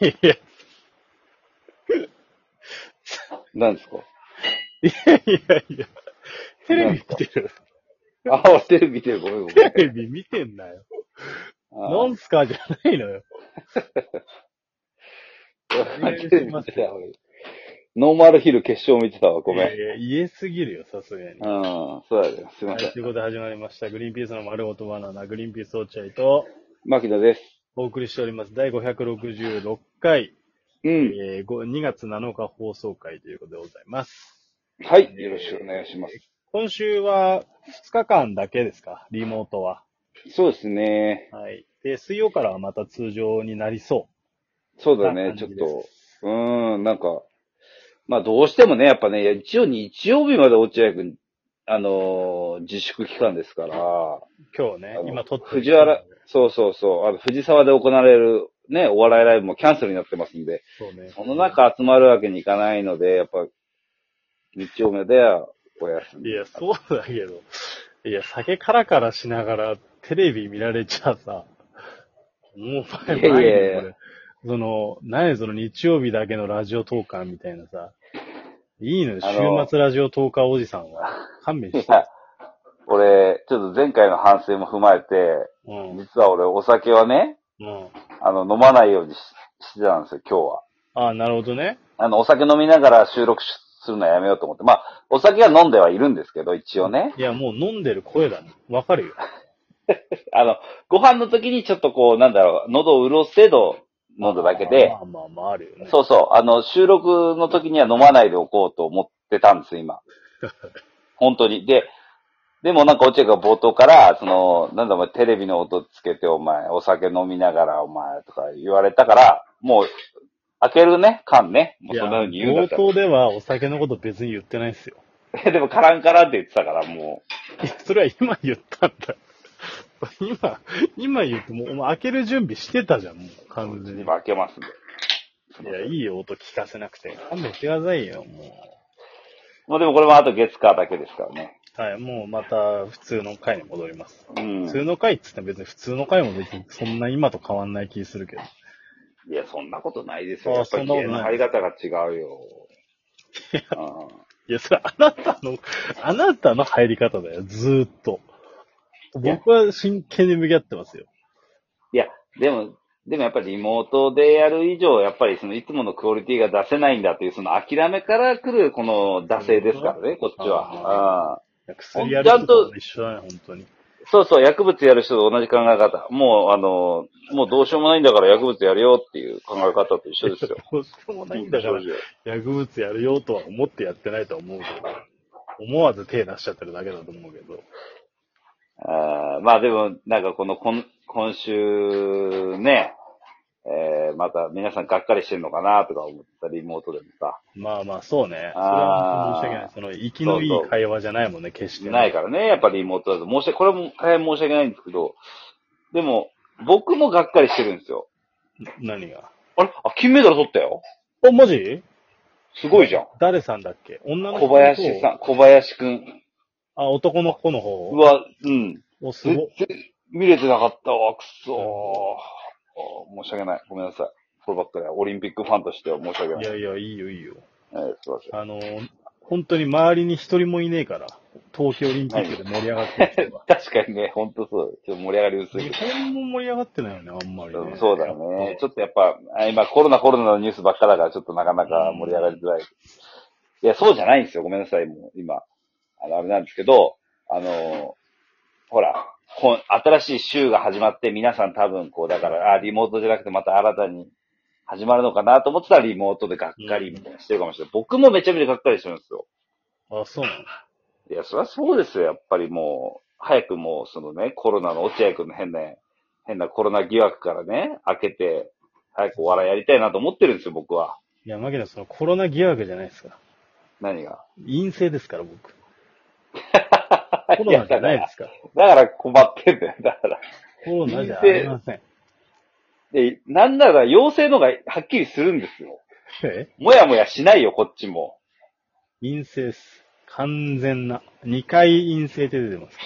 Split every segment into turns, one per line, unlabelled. いや、
なんですか
いやいや、テレビ見てる。
あ、俺テレビ見てる。ごめんごめん。
テレビ見てんなよ。 な
あ
んすかじゃないのよ。
テレビ見てた。俺ノーマルヒル決勝見てたわ。ごめん。
いやいや言えすぎるよ、さすが
う
に。
ん、そうやね。すい
は
ません
い、と。いうことで始まりました。グリーンピースの丸ごとバナナ、グリーンピース落合と
牧野です。
お送りしております。第566回、
うん。
えー、ご2月7日放送回ということでございます。
はい。よろしくお願いします。
今週は2日間だけですかリモートは。
そうですね。
はい。で、水曜からはまた通常になりそ
そうだね
な。
ちょっ
感じです
と。うーん、なんか。まあどうしてもね、やっぱね、一応日曜日まで落合くん、あのー自粛期間ですから。
う。今日ね
あ、の
今撮ってる
藤原、そうそうそう。あの、藤沢で行われるね、お笑いライブもキャンセルになってますんで、
そうね。
その中集まるわけにいかないので、やっぱ、日曜目ではお休み。
いや、そうだけど。いや、酒からからしながらテレビ見られちゃさ、もう前
いやいやいや
前にこれその、何やその日曜日だけのラジオトーカーみたいなさ、いいのよ、
あの
週末ラジオトーカーおじさんは。勘弁
い
して。
や、俺、ちょっと前回の反省も踏まえて、
うん。うん。
実は俺お酒はね、あの、飲まないようにししてたんですよ、今日は。
ああ、なるほどね。
あの、お酒飲みながら収録しするのはやめようと思って。まあ、お酒は飲んではいるんですけど、一応ね。
いや、もう飲んでる声だね。わかるよ。
あの、ご飯の時にちょっとこう、なんだろう、喉を潤す程度飲んだだけで、
まあまあまあ、あるよね。
そうそう。あの、収録の時には飲まないでおこうと思ってたんです、 今。本当に。で、でもなんか落合が冒頭から、その、なんだお前、テレビの音つけてお前、お酒飲みながらお前とか言われたから、もう、開けるね、缶ね。も
いうや、
そんな風に言うんだっ
冒
たら
頭ではお酒のこと別に言ってないですよ。。
え でも、カランカランって言ってたから、も
いや、それは今言ったんだ。今、今言っても、お前開ける準備してたじゃん、もう完
う、
全に。い
今開けますんで。
や、いい音聞かせなくて。勘弁してくださいよ、も
まあでもこれもあと月火だけですからね。
う。はい、もうまた普通の回に戻ります。
うん。
普通の回っつっても別に普通の回も別にそんな今と変わんない気するけど。
いや、そんなことないですよ。
あ
やっぱり
そんなこ
家
とない
の入り方が違う よ。うん
いや、それあなたの、あなたの入り方だよ、ずーっと。僕は真剣に向き合ってますよ。
いや、でも、でもやっぱりリモートでやる以上、やっぱりそのいつものクオリティが出せないんだっていう、その諦めから来るこの惰性ですからね、こっちは。うん
いや薬やる人と一緒だね、本当に。
そうそう、薬物やる人と同じ考え方。もう、あの、もうどうしようもないんだから薬物やるよっていう考え方と一緒ですよ。
どうしようもないんだから
正直
薬物やるよとは思ってやってないとは思うけど、思わず手出しちゃってるだけだと思うけど。
あーまあでも、なんかこの今、今週ね、えー、また皆さんがっかりしてるのかなとか思ったリモートでもさ、
まあまあ、そうね。それは
あー
本当に申し訳ない。その、生きのいい会話じゃないもんね、決してね。
ないからね、やっぱりリモートだと、申し訳、これも大変申し訳ないんですけど、でも、僕もがっかりしてるんですよ。
何が。
あれあ、金メダル取ったよ
お、マジ
すごいじゃん。
誰さんだっけ女の子
小林さん、小林くん。
あ、男の子の方。
うわ、うん。
お、すご。
全然見れてなかったわ、くそー。あー申し訳ない。ごめんなさい。こればっかりはオリンピックファンとしては申し訳ないい。
やいや、いいよ、いいよ。
はい、すいません。
あの、本当に周りに一人もいねえから、東京オリンピックで盛り上がってきて は。
確かにね、ほんとそう。ちょっと盛り上がり薄い
日
け
本も盛り上がってないよね、あんまり
ど。
ね。
そうだよね。ちょっとやっぱ、あ今コロナコロナのニュースばっかだから、ちょっとなかなか盛り上がりづらい。いや、そうじゃないんですよ。ごめんなさい、もう、今。あの、あれなんですけど、あの、ほら、こん新しい週が始まって、皆さん多分こう、だから、あ、リモートじゃなくてまた新たに始まるのかなと思ってたら、リモートでがっかりみたいなしてるかもしれない。僕もめちゃめちゃがっかりしてるんですよ。
あ、そうなの
いや、そりゃそうですよ。やっぱりもう、早くもう、そのね、コロナの落合くんの変な、変なコロナ疑惑からね、開けて、早くお笑いやりたいなと思ってるんですよ、僕は。
いや、マキナ、そのコロナ疑惑じゃないですか。
何が。
陰性ですから、僕。コロナじゃないですから。
だから困ってんだよ。だから。
コロナじゃありません。
で、なんなら陽性のがはっきりするんですよ。
え
もやもやしないよ、こっちも。
陰性です。完全な。2回陰性って出てます。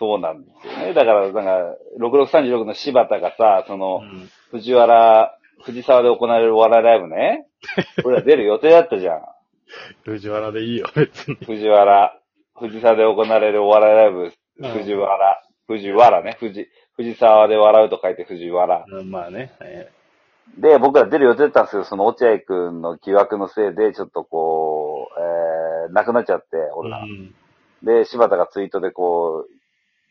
そうなんですよね。だから、なんか、6636の柴田がさ、その、
うん。
藤原藤沢で行われるお笑いライブ ね。俺ら出る予定だったじゃん。
藤原でいいよ、別に。
藤原。藤沢で行われるお笑いライブ、
うん
藤原。藤原ね。藤、藤沢で笑うと書いて藤原。
うんまあね。え
で、僕ら出る予定だったんですけど、その落合くんの疑惑のせいで、ちょっとこう、えー、亡くなっちゃって、
ーう
俺ら。
ん。
で、柴田がツイートでこ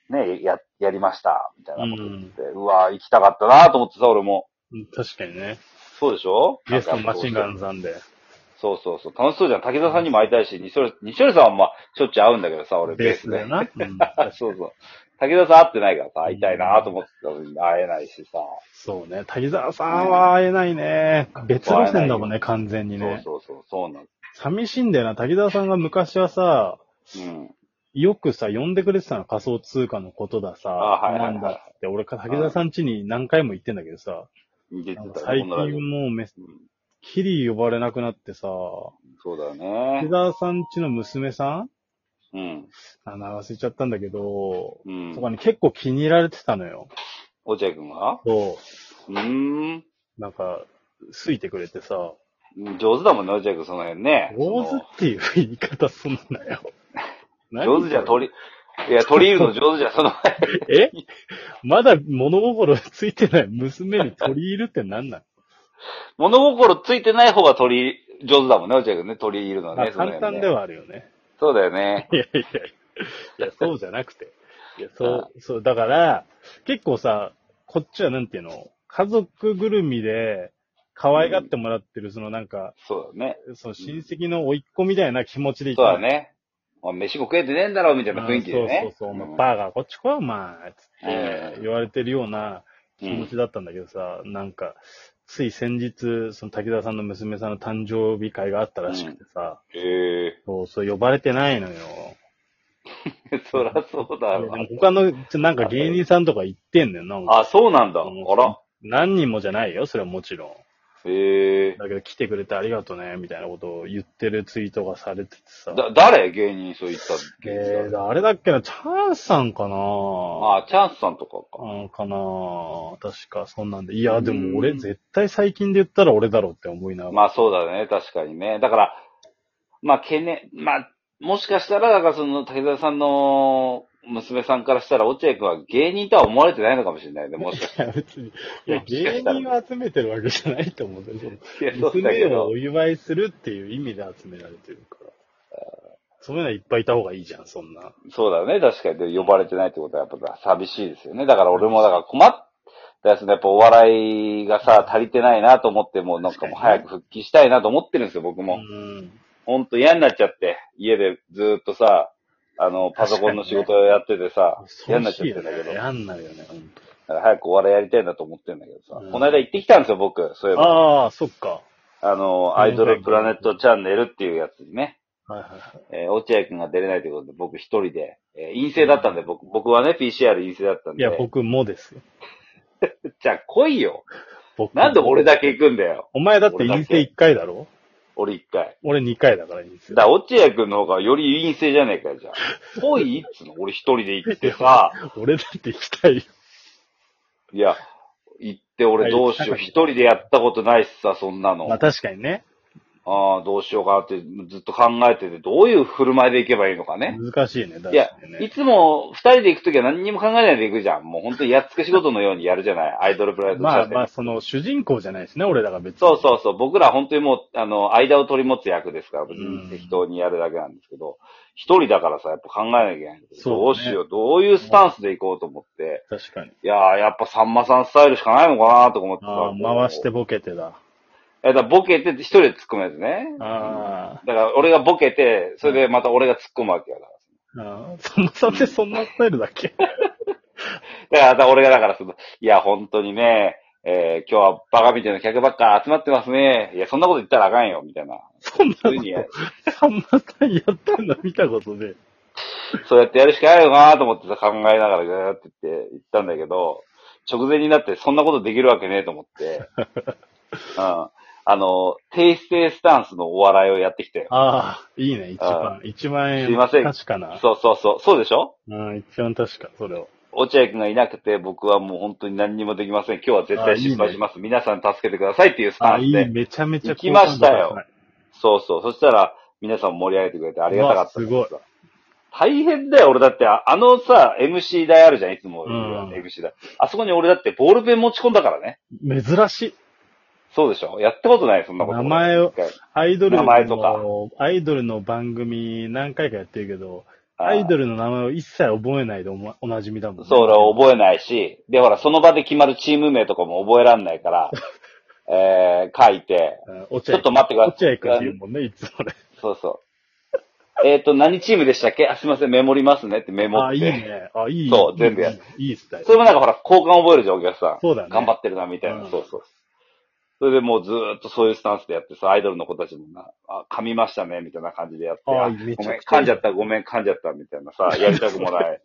う、ね、や、やりました、みたいなこと言って、うわ行きたかったなと思ってさ、俺も。
確かにね。
そうでしょ
ゲストのマシンガン
ズ。
さんで。
そうそうそう。楽しそうじゃん。竹田さんにも会いたいし、西織西織さんはまあ、しょっちゅう会うんだけどさ、俺
ベースだよ。な。うん、
あ そうそう。竹田さん会ってないからさ、会いたいなと思ってたのに会えないしさ。
そうね。滝沢さんは会えないね。別路線だもんね、完全にね。
そうそうそう、そうなん
寂しいんだよな。滝沢さんが昔はさ、
うん。
よくさ、呼んでくれてたの仮想通貨のことださ、
あはいはいはい
なんだっつって、俺か滝沢さん家に何回も行ってんだけどさ、
似てて
な
たね
んか最近
このライブ
もうめっ
うん
きり呼ばれなくなってさ、
そうだよ
滝
ね。
沢さん家の娘さん
うん。
あ、名前忘れちゃったんだけど、
うん
と。かに結構気に入られてたのよ。
落合くんが
そう
ーん。
う。なんか、好いてくれてさ、
上手だもんね、落合くん、その辺ね。
上手っていう言い方すんなよ。
そ の上手じゃ取り、いや、取り入るの上手じゃ、その前に。
り、えまだ物心ついてない娘に取り入るってな んなん
物心ついてない方が取り、上手だもんね、落合くんね、取り入るのは
まあ
ね、その
簡
辺
単
ね
ではあるよね。
そうだよね。
いやいやい や、いやそうじゃなくて。いや、そう、そう、だから、結構さ、こっちはなんていうの、家族ぐるみで、可愛がってもらってる、そのなんか、
そうだね。
その親戚の甥っ子みたいな気持ちでいた
そう
の
だね。お前飯も食えてねえんだろ、みたいな雰囲気でね。
そうそうそう、お前
ん
バーガーこっち来い、お前、つって
うん
言われてるような
う
気持
ん
ちだったんだけどさ、なんか、つい先日、その滝沢さんの娘さんの誕生日会があったらしくてさ、
へえ。
そう、そう呼ばれてないのよ。
そらそうだ
で
わ。
も他の、ちょなんか芸人さんとか行ってんのよ、なんか。
あ、そうなんだ。あら。
何人もじゃないよ、それはもちろん。
へえ。
だけど来てくれてありがとうね、みたいなことを言ってるツイートがされててさ。
だ、誰芸人そういった芸人
え
さん
ー、あれだっけな、チャンスさんかな
あチャンスさんとかか。
うんかなぁ確か、そんなんで。いや、で
う
も俺、
ん
絶対最近で言ったら俺だろうって思いながら。
まあそうだね、確かにね。だから、まあ懸念、まあ、もしかしたら、だからその、竹澤さんの娘さんからしたら、落合くんは芸人とは思われてないのかもしれないね。もしかし
いや、別に。いや、芸人を集めてるわけじゃないと思うけど。
て。いやそうだけ
娘を
ど
お祝いするっていう意味で集められてるから。そういうのはいっぱいいた方がいいじゃん、そんな。
そうだね、確かに。で呼ばれてないってことはやっぱ寂しいですよね。だから俺も、だから困ったやつね、やっぱお笑いがさ、足りてないなと思って、もうなんかもう早く復帰したいなと思ってるんですよ、僕
う
も。
ん。
ほんと嫌になっちゃって、家でずーっとさ、あの、パソコンの仕事をやっててさ、嫌になっちゃってんだけど、だ
嫌になるよね、ほん
から早くお笑いやりたいなと思ってんだけどさ、
うん
この間行ってきたんですよ、僕、そういえ
と。
ば。
ああ、そっか。
あの、アイドルプラネットチャンネルっていうやつにね、
はいはいはい。
えー落合くんが出れないということで、僕一人で、えー陰性だったんで、僕、僕はね、PCR 陰性だったん
い
で。
や、僕もですよ。
じゃあ来いよ。
僕も
なんで俺だけ行くんだよ。
お前だって陰性1回だろ
俺一回。
俺2回だから陰性。
だから、落合くんの方がより陰性じゃねえかよ、じゃあ。来いっつうの。俺一人で行ってさ、
俺だって行きたいよ。
いや、行って俺どうしよう。一人でやったことないしさ、そんなの。
まあ
あ
確かにね。
あ、どうしようかなってずっと考えてて、どういう振る舞いで行けばいいのかね。
難しいね、確
いや
かに、
い
ね。
つも二人で行くときは何にも考えないで行くじゃん。もう本当にやっつけ仕事のようにやるじゃない。アイドルプライド
まあまあ、その主人公じゃないですね、俺らが別に。
そうそうそう。僕ら本当にもう、あの、間を取り持つ役ですから、別
うん
に適当にやるだけなんですけど、一人だからさ、やっぱ考えなきゃいけない。
そうね
どうしよう、どういうスタンスでいこうと思って、
確かに。
いやー、やっぱさんまさんスタイルしかないのかなとか思ってさ
ああ、、回して。ボケてだ。
え、だからボケて一人で突っ込むやつね。
あ
だから俺がボケて、それでまた俺が突っ込むわけよ。だか
あ、ああ、そもそもってそんなスタイルだっ け
らだから俺がだからその、いや、本当にね、えー今日はバカみたいな客ばっか集まってますね。いや、そんなこと言ったらあかんよ、みたいな。
そんな
普
こ
通にや
と、さんまさんやってんの見たことね
そうやってやるしかないよなと思ってさ、考えながらぐーって言って、行ったんだけど、直前になってそんなことできるわけねえと思 って、うん。あの、低姿勢スタンスのお笑いをやってきたよ。
ああ、いいね、一
あ
番。一万円。
すいません
確かな。
そうそうそう。そうでしょ
うん、一番確か、それを。
落合くんがいなくて、僕はもう本当に何にもできません。今日は絶対失敗します。皆さん助けてくださいっていうスタ
あ、
ン
い
ス
い、
で。
めちゃめちゃ
行きましたよ
好感度高い。
そうそう。そしたら、皆さん盛り上げてくれてありがたかったです
うわす
大変だよ、俺だって。ああのさ、MC 台あるじゃん、いつも俺が
うん
MC 台。あそこに俺だってボールペン持ち込んだからね。
珍しい。そう
でしょやったことない、そんなこと。
名前を
一回
アイドル
名前とか
の、アイドルの番組何回かやってるけど、
あー
アイドルの名前を一切覚えないでお,、ま、おなじみだもん、ね。
そう、俺は覚えないし、で、ほら、その場で決まるチーム名とかも覚えらんない から、えー、書いて、
うん落合君
ちょっと待ってください
落合君って言うもんね、いつもね。
そうそう。えっ、と、何チームでしたっけあ、すいません、メモりますねってメモって。
あ、いいね。あ、いい。
そう全部やる
いいいいスタイル
そ。れもなんかほら、交換覚えるじゃん、お客さん。
そうだね
頑張ってるな、みたいな。
うん
そうそう。それでもうずーっとそういうスタンスでやってさ、アイドルの子たちもな、あ、噛みましたね、みたいな感じでやって、
あ
あ
ーめ
ご
ちゃ
めん
く、ちゃ
噛
いい
んじゃった、ごめん、噛んじゃった、みたいなさ、やりたくも ない。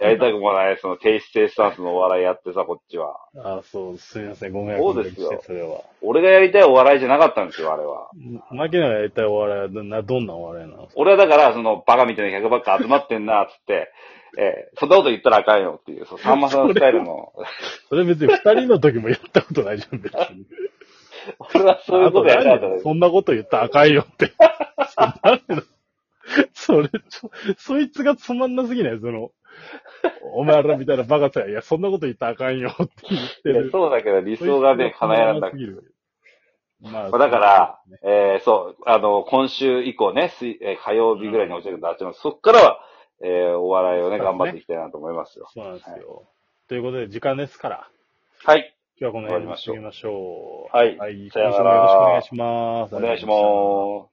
やりたくもない、その低姿勢スタンスのお笑いやってさ、こっちは。
あ、そう、すみません。ごめん。
そうですよ
ごめんなさいそれは。
俺がやりたいお笑いじゃなかったんですよ、あれは。
負けながらやりたいお笑いはどんな、どんなお笑いなの
俺はだから、その、バカみたいな客ばっか集まってんな、つって、えーそんなこと言ったらあかんよっていう、そう、さんまさんのスタイルの、
それ別に二人の時もやったことないじゃん、別に。
俺はそういうことやりたかった
あ
で
と
す。
そんなこと言ったらあかんよって。 それ、ちょ、そいつがつまんなすぎないその、お前らみたいなバカさ、いや、そんなこと言ったらあかんよって言って
いや
る。
そうだけど、理想がね、叶えられなくて。
まあ
まあだから、、えーそう、あの、今週以降ね、水えー火曜日ぐらいに落ちるんで、あっちの、そっからは、えーお笑いをね、
そうですね
頑張っていきたいなと思いますよ。
そうなんですよ。ということで、時間ですから、
はい。
今日はこの辺にしてみましょう。
はい
はい、今週
さ
も
よ
よ
なら
ろしくお願いします。
お願いします。